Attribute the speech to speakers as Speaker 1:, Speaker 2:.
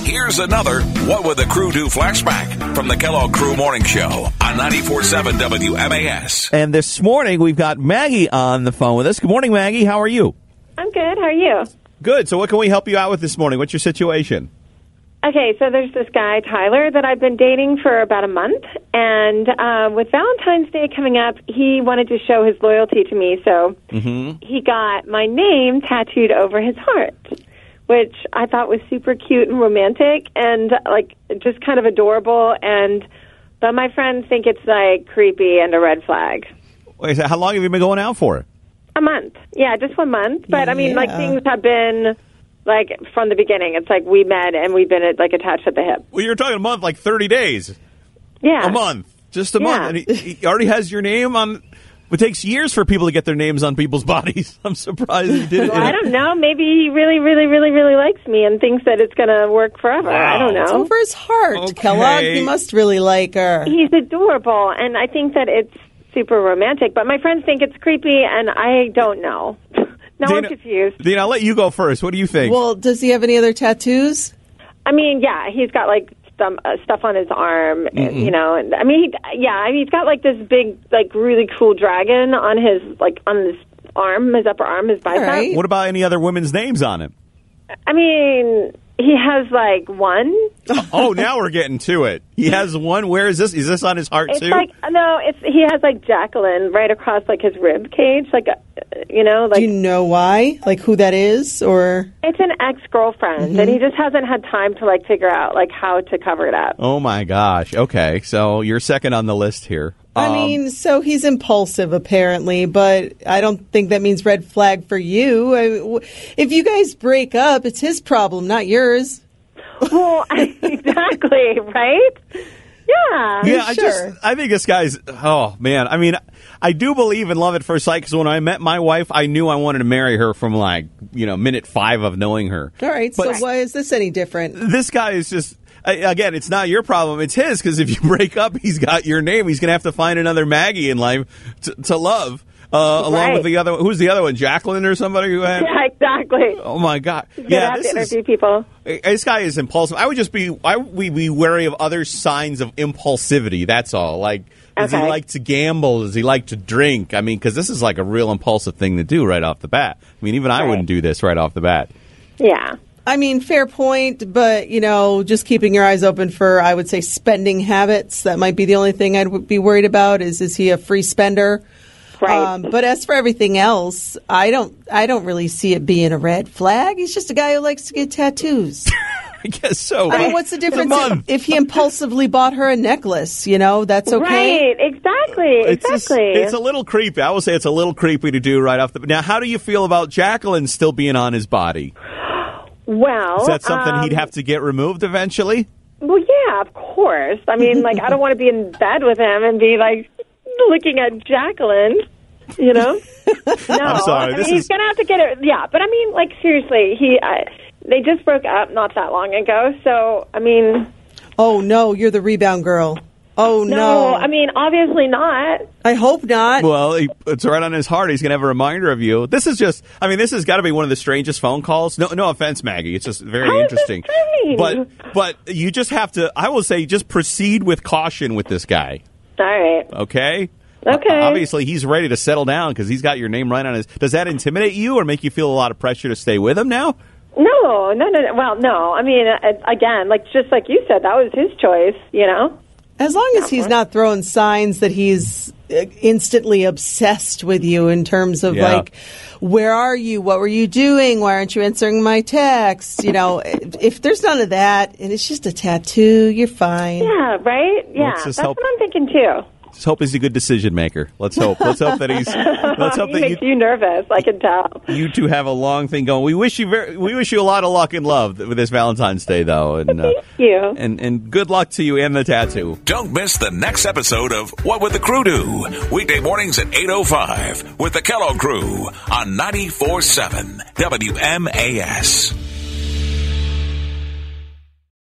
Speaker 1: Here's another What Would the Crew Do flashback from the Kellogg Crew Morning Show on 94.7 WMAS.
Speaker 2: And this morning we've got Maggie on the phone with us. Good morning, Maggie. How are you?
Speaker 3: I'm good. How are you?
Speaker 2: Good. So, what can we help you out with this morning? What's your situation?
Speaker 3: Okay, so there's this guy, Tyler, that I've been dating for about a month. And uh, with Valentine's Day coming up, he wanted to show his loyalty to me. So he got my name tattooed over his heart, which I thought was super cute and romantic and like just kind of adorable. And but my friends think it's like creepy and a red flag.
Speaker 2: Wait, so how long have you been going out for?
Speaker 3: A month. Yeah, just one month. But I mean, like
Speaker 4: Yeah.
Speaker 3: things have been like from the beginning. It's like we met and we've been like attached at the hip.
Speaker 2: Well, you're talking a month, like 30 days.
Speaker 3: Yeah.
Speaker 2: A month. Just a
Speaker 3: Yeah.
Speaker 2: month. And he, he already has your name on. It takes years for people to get their names on people's bodies. I'm surprised you did it.
Speaker 3: Well, I don't know. Maybe he really, really, really, really likes me and thinks that it's going to work forever. I don't
Speaker 4: It's
Speaker 3: know.
Speaker 4: over his heart,
Speaker 2: Okay.
Speaker 4: Kellogg. You must really like her.
Speaker 3: He's adorable, and I think that it's super romantic. But my friends think it's creepy, and I don't know. now I'm
Speaker 2: Dana,
Speaker 3: confused.
Speaker 2: Dana, I'll let you go first. What do you think?
Speaker 4: Well, does he have any other tattoos?
Speaker 3: I mean, yeah, he's got like some uh, stuff on his arm, and,
Speaker 4: Mm-hmm.
Speaker 3: you know. And I mean, he, yeah, I mean, he's got like this big, like really cool dragon on his like on his arm, his upper arm, his bicep.
Speaker 4: right.
Speaker 2: what about any other women's names on it?
Speaker 3: I mean, he has like one.
Speaker 2: Oh, now we're getting to it. He has one. Where is this? Is this on his heart
Speaker 3: It's
Speaker 2: too?
Speaker 3: like no, it's he has like Jacqueline right across like his rib cage, like uh, you know, like
Speaker 4: Do you know why? Like who that is, or
Speaker 3: it's an ex girlfriend, and
Speaker 4: Mm-hmm.
Speaker 3: he just hasn't had time to like figure out like how to cover it up.
Speaker 2: oh my gosh. Okay, so you're second on the list here.
Speaker 4: I
Speaker 2: Um,
Speaker 4: mean, so he's impulsive apparently, but I don't think that means red flag for you. I, w- if you guys break up, it's his problem, not yours.
Speaker 3: well, exactly, right? Yeah.
Speaker 2: yeah, I
Speaker 4: sure.
Speaker 2: just I think this guy's. Oh man, I mean, I do believe in love at first sight because when I met my wife, I knew I wanted to marry her from like you know minute five of knowing her.
Speaker 4: All right.
Speaker 2: But-
Speaker 4: so why is this any different?
Speaker 2: This guy is just. I- Again, it's not your problem; it's his. Because if you break up, he's got your name. He's gonna have to find another Maggie in life to, to love, uh, along
Speaker 3: Right.
Speaker 2: with the other. Who's the other one? Jacqueline or somebody who had?
Speaker 3: Yeah, exactly.
Speaker 2: Oh my god!
Speaker 3: Gonna
Speaker 2: Yeah,
Speaker 3: have
Speaker 2: this
Speaker 3: to
Speaker 2: is
Speaker 3: interview people.
Speaker 2: this guy is impulsive. I would just be I would be wary of other signs of impulsivity. That's all. Like, does he
Speaker 3: Okay.
Speaker 2: like to gamble? Does he like to drink? I mean, because this is like a real impulsive thing to do right off the bat. I mean, even I
Speaker 3: Right.
Speaker 2: wouldn't do this right off the bat.
Speaker 3: Yeah.
Speaker 4: I mean, fair point, but you know, just keeping your eyes open for, I would say, spending habits. That might be the only thing I'd w- be worried about. Is is he a free spender?
Speaker 3: Right.
Speaker 2: Um,
Speaker 4: Um, but as for everything else, I don't, I don't really see it being a red flag. He's just a guy who likes to get tattoos.
Speaker 2: I guess so.
Speaker 4: I mean, what's the
Speaker 2: It's a
Speaker 4: difference
Speaker 2: month.
Speaker 4: if he impulsively bought her a necklace? You know, that's okay.
Speaker 3: Right. Exactly.
Speaker 2: It's, just-
Speaker 3: exactly.
Speaker 2: it's a little creepy. I will say it's a little creepy to do right off the. Now, how do you feel about Jacqueline still being on his body?
Speaker 3: well,
Speaker 2: Is that something
Speaker 3: um,
Speaker 2: he'd have to get removed eventually?
Speaker 3: Well, yeah, of course. I mean, like, I don't want to be in bed with him and be like looking at Jacqueline, you know? No,
Speaker 2: I'm sorry,
Speaker 3: I
Speaker 2: this
Speaker 3: mean, he's
Speaker 2: is-
Speaker 3: gonna have to get it. Yeah, but I mean, like, seriously, he I, they just broke up not that long ago. So, I mean,
Speaker 4: Oh no, you're the rebound girl. Oh no,
Speaker 3: no, I mean, obviously not.
Speaker 4: I hope not.
Speaker 2: Well, he, it's right on his heart. He's going to have a reminder of you. This is just, I mean, this has got to be one of the strangest phone calls. No, no offense, Maggie. It's just very
Speaker 3: How is this
Speaker 2: interesting.
Speaker 3: strange?
Speaker 2: But, but you just have to, I will say, just proceed with caution with this guy.
Speaker 3: All right.
Speaker 2: Okay.
Speaker 3: Okay.
Speaker 2: Obviously, he's ready to settle down because he's got your name right on his. Does that intimidate you or make you feel a lot of pressure to stay with him now?
Speaker 3: No, no, no, no. Well, no. I mean, uh, again, like, just like you said, that was his choice, you know?
Speaker 4: As long as he's not throwing signs that he's uh, instantly obsessed with you in terms of
Speaker 2: Yeah.
Speaker 4: like, where are you? What were you doing? Why aren't you answering my text? You know, if there's none of that and it's just a tattoo, you're fine.
Speaker 3: Yeah, right? Yeah.
Speaker 2: Let's just
Speaker 3: That's
Speaker 2: help-
Speaker 3: what I'm thinking, too.
Speaker 2: Just hope he's a good decision maker. Let's hope. Let's hope that he's. Let's hope
Speaker 3: He
Speaker 2: that you,
Speaker 3: makes you nervous, I can tell.
Speaker 2: you two have a long thing going. We wish you very, we wish you a lot of luck and love with this Valentine's Day, though, and uh,
Speaker 3: you.
Speaker 2: and and good luck to you and the tattoo.
Speaker 1: Don't miss the next episode of What Would the Crew Do? Weekday mornings at 8.05 with the Kellogg Crew on 94.7 WMAS.